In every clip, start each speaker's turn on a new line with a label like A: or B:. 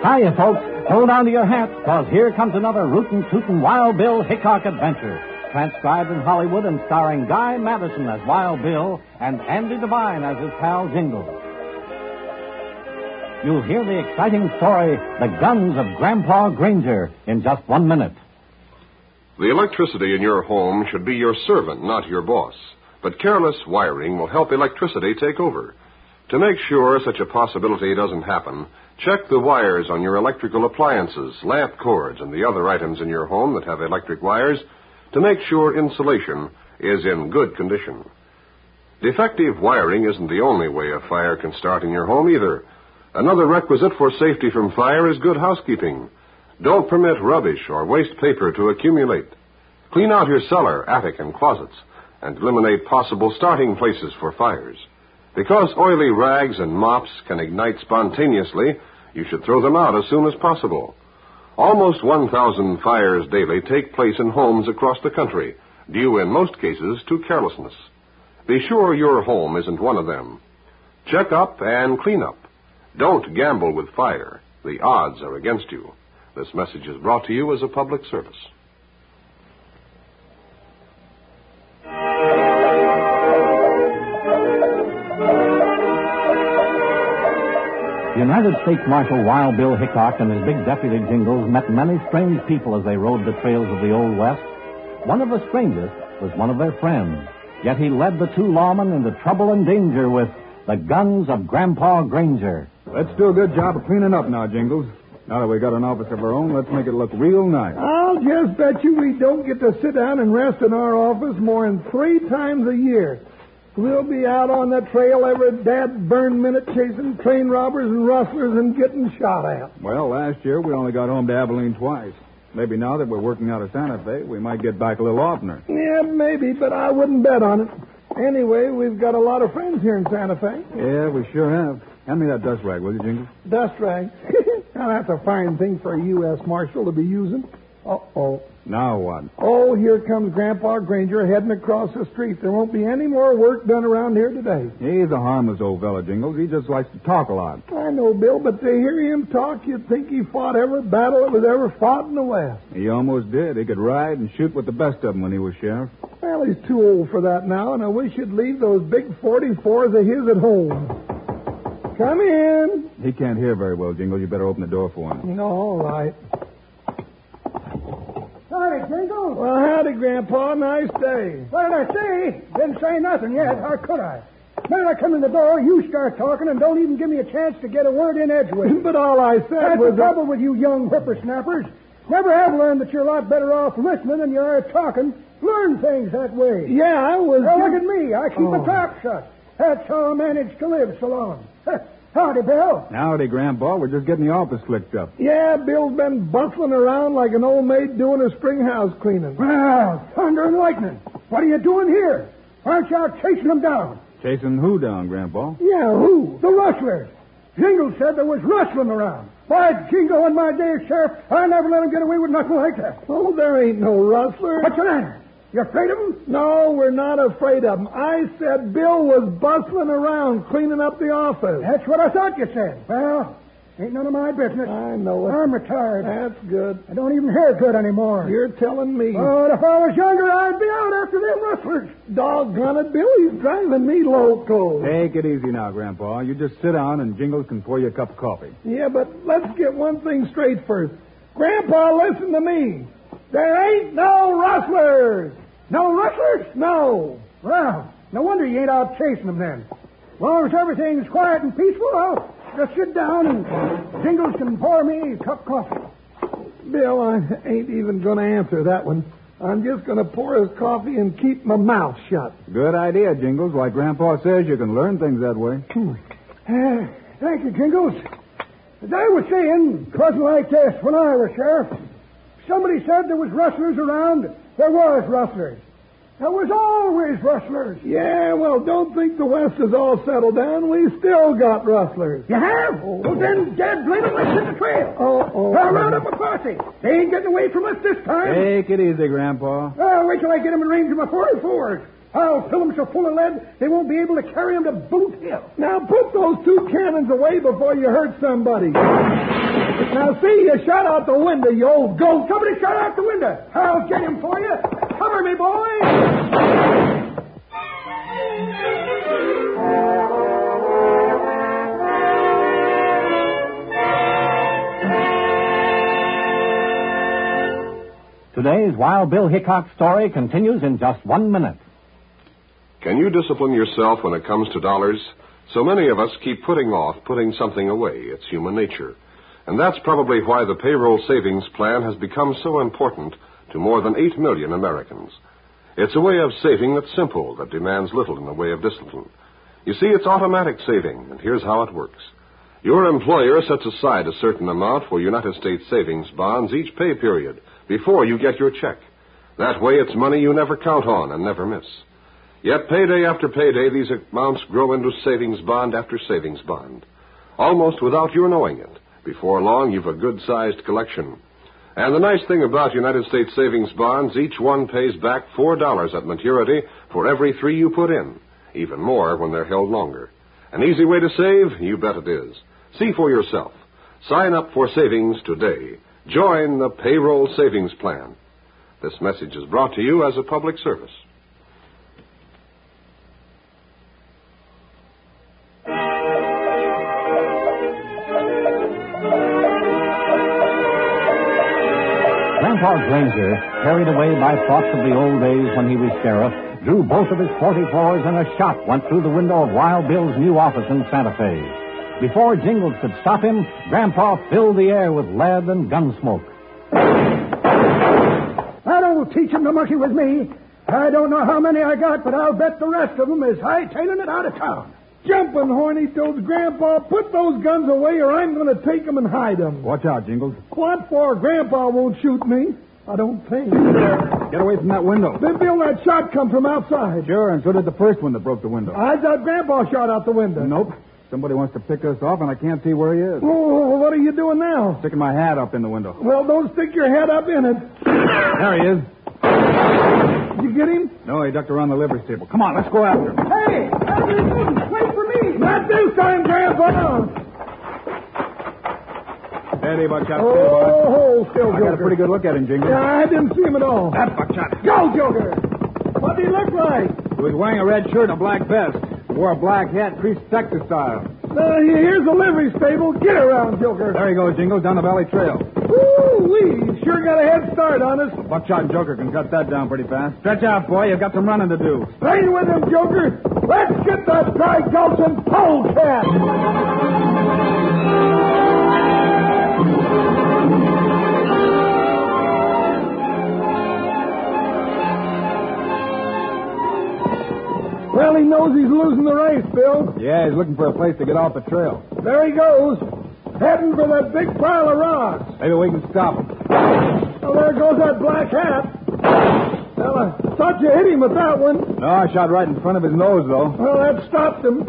A: Hiya, folks. Hold on to your hats, because here comes another rootin' tootin' Wild Bill Hickok adventure. Transcribed in Hollywood and starring Guy Madison as Wild Bill and Andy Devine as his pal Jingle. You'll hear the exciting story, The Guns of Grandpa Granger, in just one minute.
B: The electricity in your home should be your servant, not your boss. But careless wiring will help electricity take over. To make sure such a possibility doesn't happen, check the wires on your electrical appliances, lamp cords, and the other items in your home that have electric wires to make sure insulation is in good condition. Defective wiring isn't the only way a fire can start in your home either. Another requisite for safety from fire is good housekeeping. Don't permit rubbish or waste paper to accumulate. Clean out your cellar, attic, and closets, and eliminate possible starting places for fires. Because oily rags and mops can ignite spontaneously, you should throw them out as soon as possible. Almost 1,000 fires daily take place in homes across the country, due in most cases to carelessness. Be sure your home isn't one of them. Check up and clean up. Don't gamble with fire. The odds are against you. This message is brought to you as a public service.
A: United States Marshal Wild Bill Hickok and his big deputy Jingles met many strange people as they rode the trails of the Old West. One of the strangest was one of their friends, yet he led the two lawmen into trouble and danger with the guns of Grandpa Granger.
C: Let's do a good job of cleaning up now, Jingles. Now that we got an office of our own, let's make it look real nice.
D: I'll just bet you we don't get to sit down and rest in our office more than three times a year. We'll be out on the trail every dad burn minute chasing train robbers and rustlers and getting shot at.
C: Well, last year we only got home to Abilene twice. Maybe now that we're working out of Santa Fe, we might get back a little oftener.
D: Yeah, maybe, but I wouldn't bet on it. Anyway, we've got a lot of friends here in Santa Fe.
C: Yeah, we sure have. Hand me that dust rag, will you, Jingles?
D: Dust rag. now that's a fine thing for a U.S. Marshal to be using. Uh-oh.
C: Now what?
D: Oh, here comes Grandpa Granger heading across the street. There won't be any more work done around here today.
C: He's a harmless old fella, Jingles. He just likes to talk a lot.
D: I know, Bill, but to hear him talk, you'd think he fought every battle that was ever fought in the West.
C: He almost did. He could ride and shoot with the best of them when he was sheriff.
D: Well, he's too old for that now, and I wish he'd leave those big 44s of his at home. Come in.
C: He can't hear very well, Jingles. You better open the door for him.
D: All right. Howdy, Jingle. Well, howdy, Grandpa. Nice day. What did I say? Didn't say nothing yet. How could I? Minute I come in the door, you start talking and don't even give me a chance to get a word in edgeways. but all I said That's was the trouble with you young whippersnappers. Never have learned that you're a lot better off listening than you are talking. Learn things that way. Yeah, I was. Oh. Now look at me. I keep a trap shut. That's how I managed to live so long. howdy, Bill.
C: Howdy, Grandpa. We're just getting the office slicked up.
D: Yeah, Bill's been bustling around like an old maid doing a spring house cleaning. Well, thunder and lightning. What are you doing here? Aren't you out chasing them down?
C: Chasing who down, Grandpa?
D: Yeah, who? The rustlers. Jingle said there was rustling around. By Jingo, in my day, Sheriff, I never let him get away with nothing like that.
E: Oh, there ain't no rustler.
D: What's the matter? You afraid of him?
E: No, we're not afraid of him. I said Bill was bustling around cleaning up the office.
D: That's what I thought you said. Well, ain't none of my business.
E: I know it.
D: I'm retired.
E: That's good.
D: I don't even hear good anymore.
E: You're telling me.
D: Oh, and if I was younger, I'd be out after them rustlers.
E: Doggone it, Bill. He's driving me loco.
C: Take it easy now, Grandpa. You just sit down and Jingles can pour you a cup of coffee.
E: Yeah, but let's get one thing straight first. Grandpa, listen to me. There ain't no rustlers.
D: No rustlers?
E: No.
D: Well, no wonder you ain't out chasing them then. As long as everything's quiet and peaceful, I'll just sit down and Jingles can pour me a cup of coffee.
E: Bill, I ain't even going to answer that one. I'm just going to pour his coffee and keep my mouth shut.
C: Good idea, Jingles. Like Grandpa says, you can learn things that way.
D: Uh, thank you, Jingles. As I was saying, 'twasn't like this when I was sheriff. Somebody said there was rustlers around. There was rustlers. There was always rustlers.
E: Yeah, well, don't think the West is all settled down. We still got rustlers.
D: You have? Oh. Well, then, Dad, blame them, let's hit the trail.
E: Oh, oh.
D: Now, round up a posse. They ain't getting away from us this time.
C: Take it easy, Grandpa.
D: Oh, wait till I get them in range of my 44s. I'll fill them so full of lead they won't be able to carry them to Boot Hill.
E: Now, put those two cannons away before you hurt somebody. Now, see, you shot out the window, you old goat.
D: Somebody shot out the window. I'll get him for you. Cover me, boy.
A: Today's Wild Bill Hickok story continues in just one minute.
B: Can you discipline yourself when it comes to dollars? So many of us keep putting off putting something away. It's human nature. And that's probably why the payroll savings plan has become so important to more than 8 million Americans. It's a way of saving that's simple, that demands little in the way of discipline. You see, it's automatic saving, and here's how it works. Your employer sets aside a certain amount for United States savings bonds each pay period before you get your check. That way, it's money you never count on and never miss. Yet, payday after payday, these amounts grow into savings bond after savings bond, almost without your knowing it. Before long, you've a good sized collection. And the nice thing about United States savings bonds, each one pays back $4 at maturity for every three you put in, even more when they're held longer. An easy way to save? You bet it is. See for yourself. Sign up for savings today. Join the payroll savings plan. This message is brought to you as a public service.
A: Grandpa Granger, carried away by thoughts of the old days when he was sheriff, drew both of his 44s and a shot went through the window of Wild Bill's new office in Santa Fe. Before Jingles could stop him, Grandpa filled the air with lead and gun smoke.
D: That'll teach him to monkey with me. I don't know how many I got, but I'll bet the rest of them is hightailing it out of town.
E: Jumping horny toads, Grandpa, put those guns away or I'm going to take them and hide them.
C: Watch out, Jingles.
E: What for? Grandpa won't shoot me. I don't think.
C: Get away from that window.
E: Then, Bill, that shot come from outside.
C: Sure, and so did the first one that broke the window.
E: I thought Grandpa shot out the window.
C: Nope. Somebody wants to pick us off, and I can't see where he is.
E: Oh, what are you doing now?
C: Sticking my hat up in the window.
E: Well, don't stick your head up in it.
C: There he is.
E: You get him?
C: No, he ducked around the livery stable. Come on, let's go after him.
D: Hey, wait for me.
E: Not this time, Grandpa.
C: Steady, Buckshot.
E: Oh, oh, oh still
C: I
E: Joker.
C: got a pretty good look at him, Jingles.
E: Yeah, I didn't see him at all.
C: That Buckshot.
E: Go, Joker. What did he look like?
C: He was wearing a red shirt and a black vest. Wore a black hat, creased Texas style.
E: Uh, here's the livery stable. Get around, Joker.
C: There he goes, Jingles, down the valley trail.
E: Woo-wee. Sure got a head start on us.
C: Buckshot and Joker can cut that down pretty fast. Stretch out, boy. You've got some running to do.
E: Train with him, Joker. Let's get that dry Gulchin polecat. Well, he knows he's losing the race, Bill.
C: Yeah, he's looking for a place to get off the trail.
E: There he goes, heading for that big pile of rocks.
C: Maybe we can stop him.
E: Well, there goes that black hat. Well, I thought you hit him with that one.
C: No, I shot right in front of his nose, though.
E: Well, that stopped him.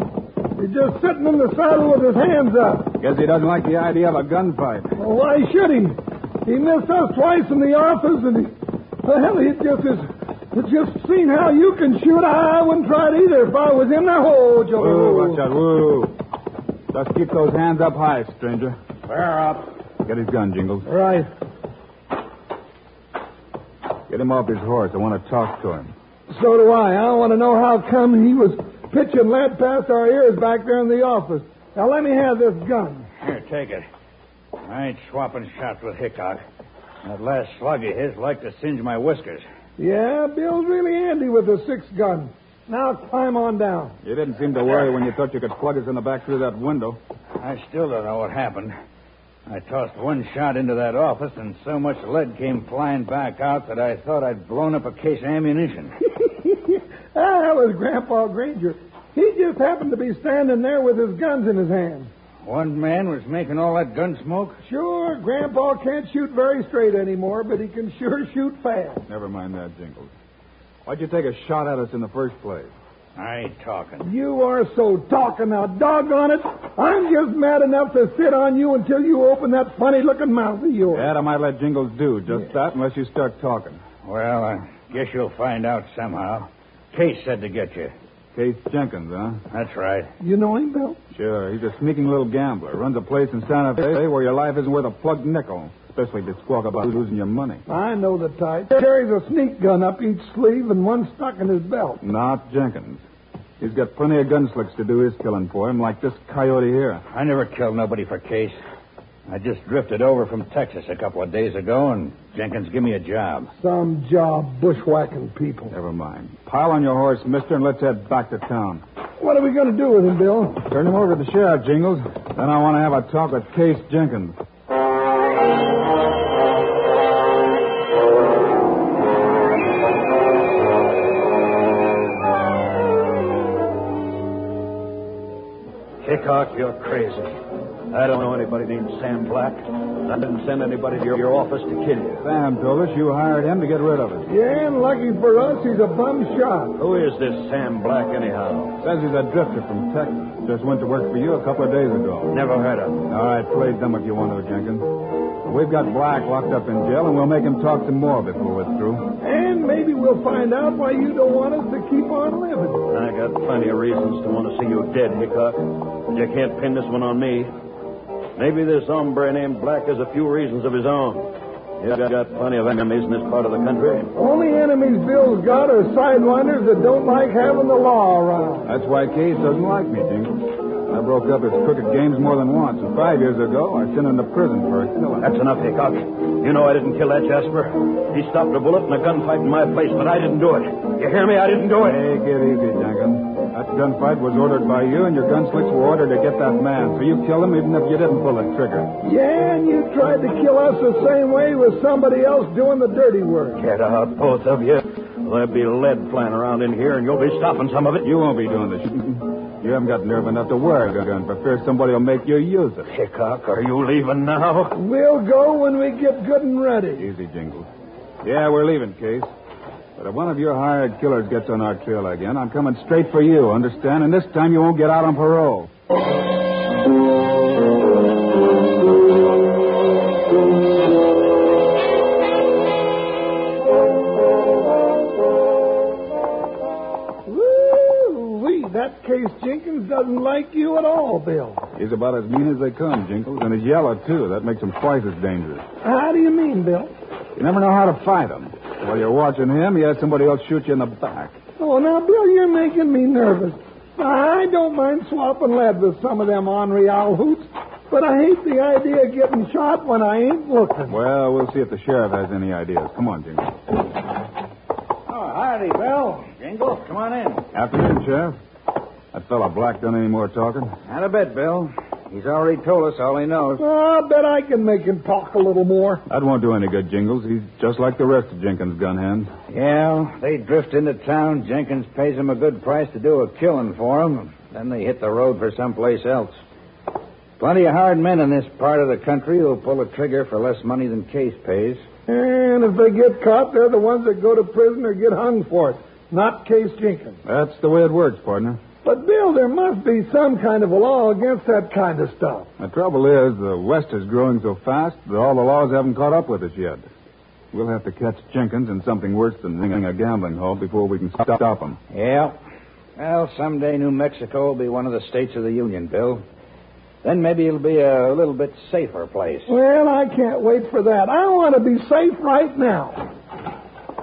B: He's just sitting in the saddle with his hands up.
D: Guess he doesn't like the idea of a gunfight.
B: Well, why should he? He missed us twice in the office, and he. Well, he just is. It's just seen how you can shoot. I, I wouldn't try it either if I was him. Now, hold your.
D: Whoa, watch out, whoa. Just keep those hands up high, stranger.
B: Square up.
D: Get his gun, Jingles.
B: Right.
D: Get him off his horse. I want to talk to him.
B: So do I. I want to know how come he was pitching lead past our ears back there in the office. Now let me have this gun.
F: Here, take it. I ain't swapping shots with Hickok. That last slug of his liked to singe my whiskers.
B: Yeah, Bill's really handy with a six gun. Now climb on down.
D: You didn't seem to worry when you thought you could plug us in the back through that window.
F: I still don't know what happened. I tossed one shot into that office, and so much lead came flying back out that I thought I'd blown up a case of ammunition.
B: Ah, that was Grandpa Granger. He just happened to be standing there with his guns in his hand.
F: One man was making all that gun smoke?
B: Sure, Grandpa can't shoot very straight anymore, but he can sure shoot fast.
D: Never mind that, Jingles. Why'd you take a shot at us in the first place?
F: I ain't talking.
B: You are so talking now, doggone it. I'm just mad enough to sit on you until you open that funny looking mouth of yours.
D: That I might let Jingles do, just that, unless you start talking.
F: Well, I guess you'll find out somehow. Case said to get you.
D: Case Jenkins, huh?
F: That's right.
B: You know him, Bill?
D: Sure, he's a sneaking little gambler. Runs a place in Santa Fe where your life isn't worth a plugged nickel, especially if you squawk about losing your money.
B: I know the type. Carries a sneak gun up each sleeve and one stuck in his belt.
D: Not Jenkins. He's got plenty of gun slicks to do his killing for him, like this coyote here.
F: I never killed nobody for Case. I just drifted over from Texas a couple of days ago, and Jenkins give me a job.
B: Some job bushwhacking people.
D: Never mind. Pile on your horse, mister, and let's head back to town.
B: What are we going to do with him, Bill?
D: Turn him over to the sheriff, Jingles. Then I want to have a talk with Case Jenkins.
F: Hickok, you're crazy. I don't know anybody named Sam Black. I didn't send anybody to your, your office to kill you.
D: Sam told us you hired him to get rid of us.
B: Yeah, and lucky for us, he's a bum shot.
F: Who is this Sam Black, anyhow?
D: Says he's a drifter from Texas. Just went to work for you a couple of days ago.
F: Never heard of him.
D: All right, play dumb if you want to, Jenkins. We've got Black locked up in jail, and we'll make him talk some more before we're through.
B: And maybe we'll find out why you don't want us to keep on living.
F: I got plenty of reasons to want to see you dead, Hickok. But you can't pin this one on me. Maybe this hombre named Black has a few reasons of his own. He's got plenty of enemies in this part of the country.
B: Only enemies Bill's got are sidewinders that don't like having the law around.
D: That's why Case doesn't like me, Jingles. I broke up his crooked games more than once, and five years ago I sent him to prison for a killing.
F: That's enough, Hickok. You know I didn't kill that Jasper. He stopped a bullet in a gunfight in my place, but I didn't do it. You hear me? I didn't do it.
D: Take it easy, Jenkins. That gunfight was ordered by you, and your gunslicks were ordered to get that man. So you killed him even if you didn't pull the trigger.
B: Yeah, and you tried to kill us the same way with somebody else doing the dirty work.
F: Get out, both of you. There'll be lead flying around in here, and you'll be stopping some of it.
D: You won't be doing the shooting. You haven't got nerve enough to wear a gun for fear somebody will make you use it.
F: Hickok, are you leaving now?
B: We'll go when we get good and ready.
D: Easy, Jingles. Yeah, we're leaving, Case. But if one of your hired killers gets on our trail again, I'm coming straight for you, understand? And this time you won't get out on parole.
B: Woo-wee, that case Jenkins doesn't like you at all, Bill.
D: He's about as mean as they come, Jingles, and he's yellow, too. That makes him twice as dangerous.
B: How do you mean, Bill?
D: You never know how to fight him. While you're watching him, he has somebody else shoot you in the back.
B: Oh, now, Bill, you're making me nervous. I don't mind swapping lead with some of them Henri Al hoots, but I hate the idea of getting shot when I ain't looking.
D: Well, we'll see if the sheriff has any ideas. Come on, Jingles.
F: Oh, howdy, Bill. Jingle, come on in.
D: Afternoon, Sheriff. That fella Black done any more talking?
F: Not a bit, Bill. He's already told us all he knows.
B: Ah, I bet I can make him talk a little more.
D: That won't do any good, Jingles. He's just like the rest of Jenkins' gun hands.
F: Yeah, they drift into town. Jenkins pays them a good price to do a killing for them. Then they hit the road for someplace else. Plenty of hard men in this part of the country who'll pull a trigger for less money than Case pays.
B: And if they get caught, they're the ones that go to prison or get hung for it, not Case Jenkins.
D: That's the way it works, partner.
G: But, Bill, there must be some kind of a law against that kind of stuff.
B: The trouble is, the West is growing so fast that all the laws haven't caught up with us yet. We'll have to catch Jenkins in something worse than ringing a gambling hall before we can stop him.
H: Yeah. Well, someday New Mexico will be one of the states of the Union, Bill. Then maybe it'll be a little bit safer place.
G: Well, I can't wait for that. I want to be safe right now.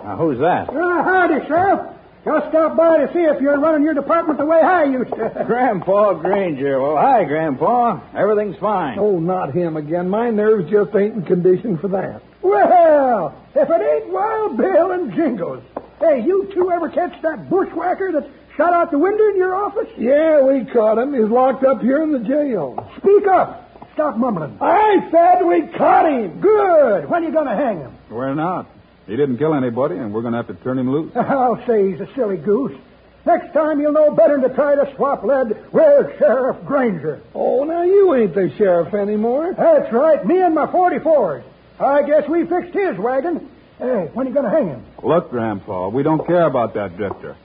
H: Now, who's that?
D: Uh, howdy, Sheriff. Just stopped by to see if you're running your department the way I used to.
H: Grandpa Granger. Well, hi, Grandpa. Everything's fine.
G: Oh, not him again. My nerves just ain't in condition for that.
D: Well, if it ain't Wild Bill and Jingles. Hey, you two ever catch that bushwhacker that shot out the window in your office?
G: Yeah, we caught him. He's locked up here in the jail.
D: Speak up. Stop mumbling.
G: I said we caught him.
D: Good. When are you going to hang him?
B: We're not. He didn't kill anybody, and we're going to have to turn him loose.
D: I'll say he's a silly goose. Next time you'll know better than to try to swap lead with Sheriff Granger.
G: Oh, now you ain't the sheriff anymore.
D: That's right. Me and my 44s. I guess we fixed his wagon. Hey, when are you going to hang him?
B: Look, Grandpa, we don't care about that drifter.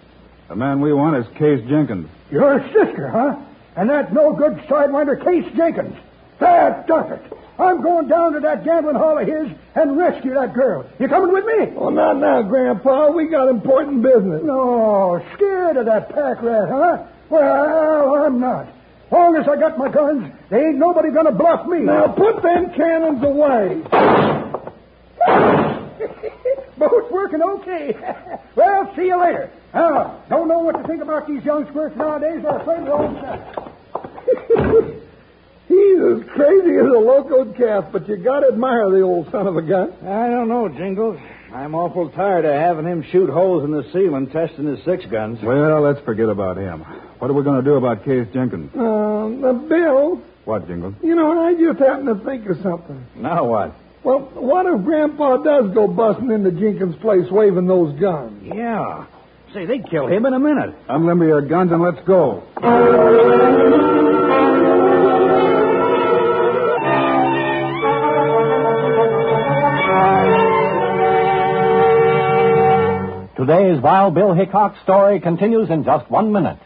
B: The man we want is Case Jenkins.
D: Your sister, huh? And that no good sidewinder, Case Jenkins. That does it. I'm going down to that gambling hall of his and rescue that girl. You coming with me?
G: Oh, not now, Grandpa. We got important business.
D: No, scared of that pack rat, huh? Well, I'm not. Long as I got my guns, there ain't nobody gonna bluff me.
G: Now put them cannons away.
D: Boat's working okay. well, see you later. Now, don't know what to think about these young squirts nowadays. They're afraid of all stuff.
G: He's as crazy as a locoed calf, but you gotta admire the old son of a gun.
H: I don't know, Jingles. I'm awful tired of having him shoot holes in the ceiling testing his six guns.
B: Well, let's forget about him. What are we going to do about Case Jenkins?
G: Uh, Bill.
B: What, Jingles?
G: You know, I just happened to think of something.
H: Now what?
G: Well, what if Grandpa does go busting into Jenkins' place waving those guns?
H: Yeah. Say, they'd kill him in a minute.
B: Unlimber your guns and let's go.
I: Today's Wild Bill Hickok story continues in just one minute.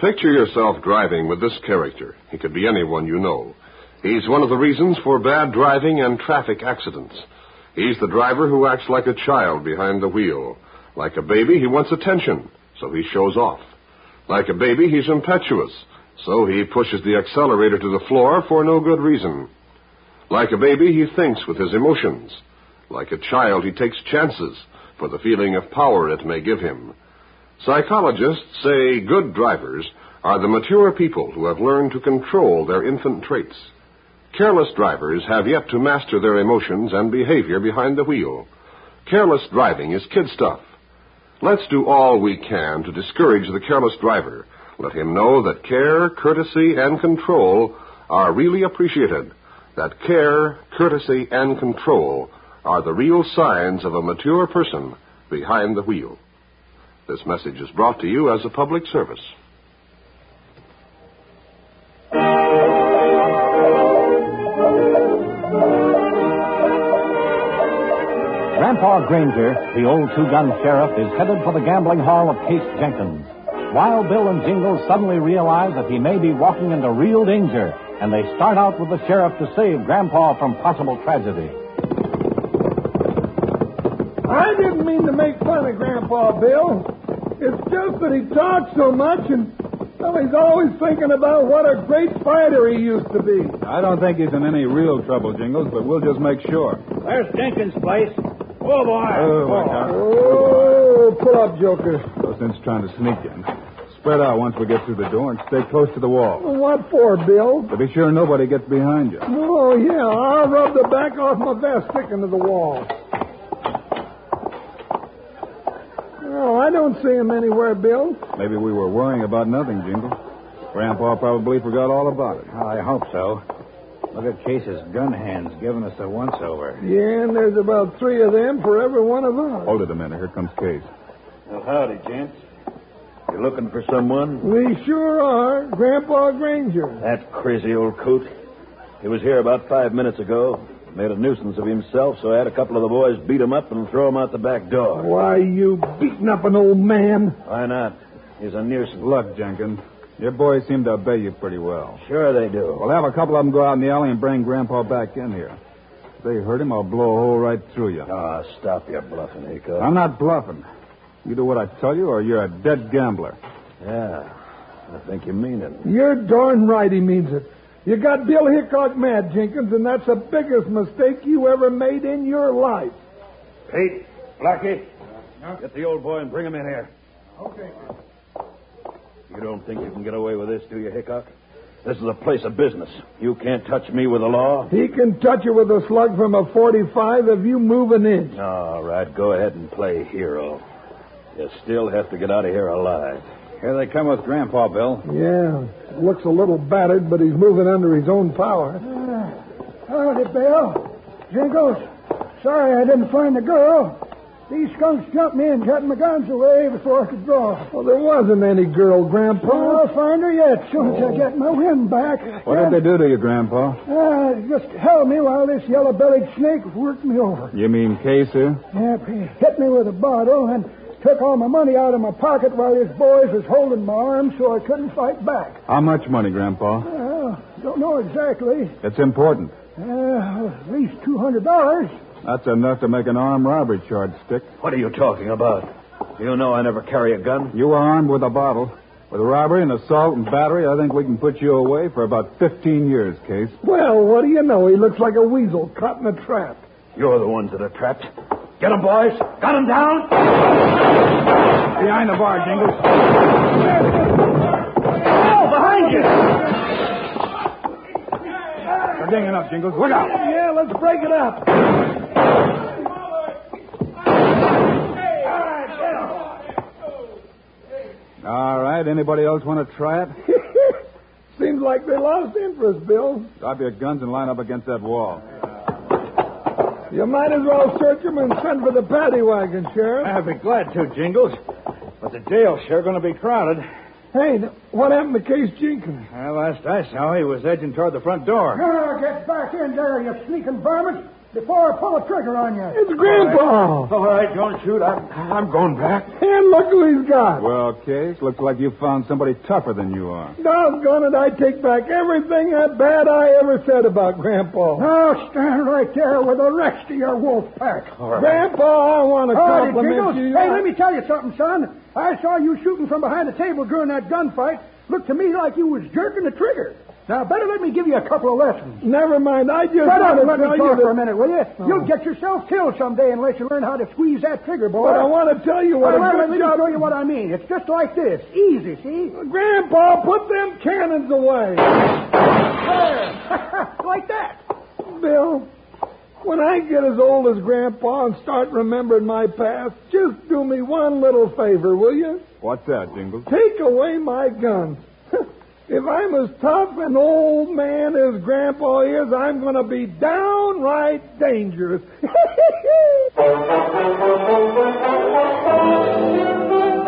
J: Picture yourself driving with this character. He could be anyone you know. He's one of the reasons for bad driving and traffic accidents. He's the driver who acts like a child behind the wheel. Like a baby, he wants attention, so he shows off. Like a baby, he's impetuous, so he pushes the accelerator to the floor for no good reason. Like a baby, he thinks with his emotions. Like a child, he takes chances for the feeling of power it may give him. Psychologists say good drivers are the mature people who have learned to control their infant traits. Careless drivers have yet to master their emotions and behavior behind the wheel. Careless driving is kid stuff. Let's do all we can to discourage the careless driver. Let him know that care, courtesy, and control are really appreciated. That care, courtesy, and control are the real signs of a mature person behind the wheel. This message is brought to you as a public service.
I: Grandpa Granger, the old two gun sheriff, is headed for the gambling hall of Case Jenkins. Wild Bill and Jingles suddenly realize that he may be walking into real danger, and they start out with the sheriff to save Grandpa from possible tragedy.
G: I didn't mean to make fun of Grandpa Bill. It's just that he talks so much and well, he's always thinking about what a great fighter he used to be.
B: I don't think he's in any real trouble, Jingles, but we'll just make sure.
H: There's Jenkins' place. Oh, boy.
B: Oh, my God.
G: Oh, pull up, Joker.
B: Those things trying to sneak in. Spread out once we get through the door and stay close to the wall.
G: What for, Bill?
B: To be sure nobody gets behind you.
G: Oh, yeah. I'll rub the back off my vest sticking to the wall. Oh, I don't see him anywhere, Bill.
B: Maybe we were worrying about nothing, Jingle. Grandpa probably forgot all about it.
H: I hope so. Look at Case's gun hands giving us a once over.
G: Yeah, and there's about three of them for every one of us.
B: Hold it a minute. Here comes Case.
K: Well, howdy, gents. You looking for someone?
G: We sure are. Grandpa Granger.
K: That crazy old coot. He was here about five minutes ago. Made a nuisance of himself, so I had a couple of the boys beat him up and throw him out the back door.
G: Why, you beating up an old man?
K: Why not?
L: He's a nuisance.
M: Look, Jenkins, your boys seem to obey you pretty well.
L: Sure they do.
M: We'll have a couple of them go out in the alley and bring Grandpa back in here. If they hurt him, I'll blow a hole right through you.
L: Ah, stop your bluffing, Hickok.
M: I'm not bluffing. You do what I tell you, or you're a dead gambler.
L: Yeah, I think you mean it.
B: You're darn right he means it. You got Bill Hickok mad, Jenkins, and that's the biggest mistake you ever made in your life.
L: Pete, Blackie, get the old boy and bring him in here.
B: Okay.
L: You don't think you can get away with this, do you, Hickok? This is a place of business. You can't touch me with the law.
B: He can touch you with a slug from a 45 if you move an inch.
L: All right, go ahead and play hero. You still have to get out of here alive.
N: Here they come with Grandpa, Bill.
B: Yeah, looks a little battered, but he's moving under his own power.
O: Howdy, Uh, Bill. Jingles. Sorry I didn't find the girl. These skunks jumped me and cut my guns away before I could draw.
B: Well, there wasn't any girl, Grandpa. Oh.
O: I'll find her yet, soon as I get my wind back.
M: What did they do to you, Grandpa?
O: Uh, just held me while this yellow-bellied snake worked me over.
M: You mean Casey?
O: Yep, he hit me with a bottle and took all my money out of my pocket while his boys was holding my arm so I couldn't fight back.
M: How much money, Grandpa?
B: Uh,
O: Well, don't know exactly.
M: It's important.
O: Uh, at least $200.
M: That's enough to make an armed robbery charge stick.
L: What are you talking about? You know I never carry a gun.
M: You were armed with a bottle. With robbery and assault and battery, I think we can put you away for about 15 years, Case.
B: Well, what do you know? He looks like a weasel caught in a trap.
L: You're the ones that are trapped. Get 'em, boys. Got 'em down.
M: Behind the bar, Jingles.
B: Oh, uh,
L: behind you.
M: They're ganging up, Jingles. Look out.
B: Yeah, let's break it up.
M: All right. Anybody else want to try it?
B: Seems like they lost interest, Bill.
M: Drop your guns and line up against that wall.
B: You might as well search him and send for the paddy wagon, Sheriff.
N: I'd be glad to, Jingles. But the jail's sure going to be crowded.
B: Hey, what happened to Case Jenkins?
N: Well, last I saw, he was edging toward the front door.
B: Uh,
O: Now get back in there, you sneaking varmint, before I pull a trigger on you.
B: It's Grandpa.
N: All right, don't shoot. I'm, I'm going back.
B: And look who he's got.
M: Well, Case, looks like you found somebody tougher than you are.
B: Doggone it, I take back everything that bad I ever said about Grandpa.
O: Now stand right there with the rest of your wolf pack.
B: Grandpa, I
L: Oh,
B: want to
O: All right,
B: compliment
O: Oh, Jingles.
B: you.
O: Hey, let me tell you something, son. I saw you shooting from behind the table during that gunfight. Looked to me like you was jerking the trigger. Now, better let me give you a couple of lessons.
B: Never mind, I just
O: Shut up
B: want to
O: and let me
B: tell
O: talk
B: you
O: for a
B: that-
O: minute, will you?
B: Oh.
O: You'll get yourself killed someday unless you learn how to squeeze that trigger, boy.
B: But I want to tell you what
O: All right,
B: a
O: let me
B: good job.
O: show you what I mean. It's just like this. Easy, see?
B: Grandpa, put them cannons away.
O: like that.
B: Bill, when I get as old as Grandpa and start remembering my past, just do me one little favor, will you?
M: What's that, Jingles?
B: Take away my guns. if I'm as tough an old man as Grandpa is, I'm going to be downright dangerous.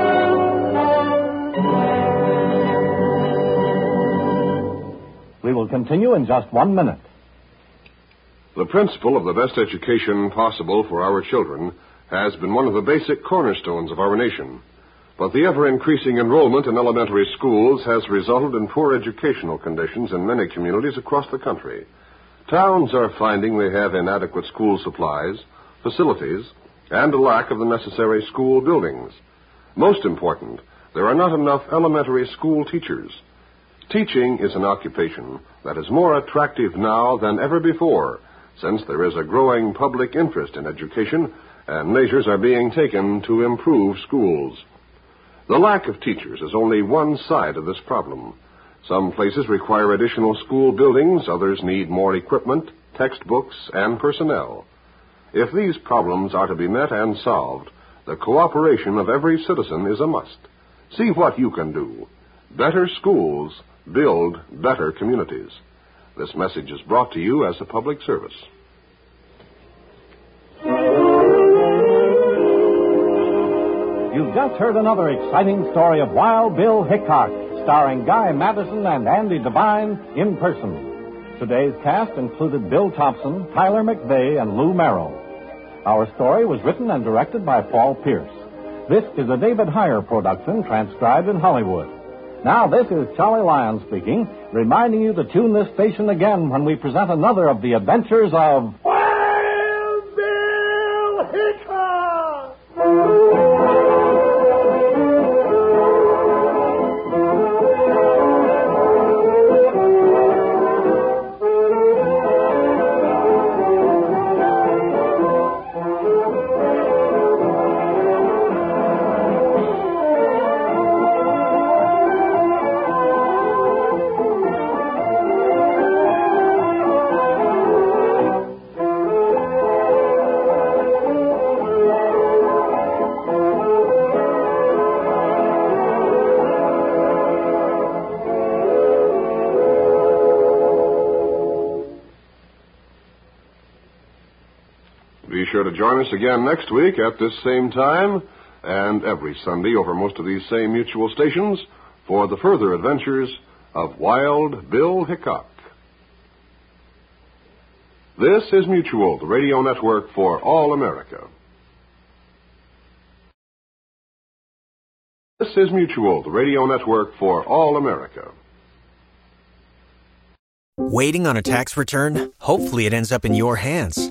P: We will continue in just one minute.
D: The principle of the best education possible for our children has been one of the basic cornerstones of our nation. But the ever increasing enrollment in elementary schools has resulted in poor educational conditions in many communities across the country. Towns are finding they have inadequate school supplies, facilities, and a lack of the necessary school buildings. Most important, there are not enough elementary school teachers. Teaching is an occupation that is more attractive now than ever before, since there is a growing public interest in education and measures are being taken to improve schools. The lack of teachers is only one side of this problem. Some places require additional school buildings, others need more equipment, textbooks, and personnel. If these problems are to be met and solved, the cooperation of every citizen is a must. See what you can do. Better schools build better communities. This message is brought to you as a public service.
P: You've just heard another exciting story of Wild Bill Hickok, starring Guy Madison and Andy Devine in person. Today's cast included Bill Thompson, Tyler McVeigh, and Lou Merrill. Our story was written and directed by Paul Pierce.
B: This is a David Heyer production transcribed in Hollywood. Now, this is Charlie Lyon speaking, reminding you to tune this station again when we present another of the adventures of.
D: Be sure to join us again next week at this same time and every Sunday over most of these same mutual stations for the further adventures of Wild Bill Hickok. This is Mutual, the radio network for all America. This is Mutual, the radio network for all America.
Q: Waiting on a tax return? Hopefully, it ends up in your hands.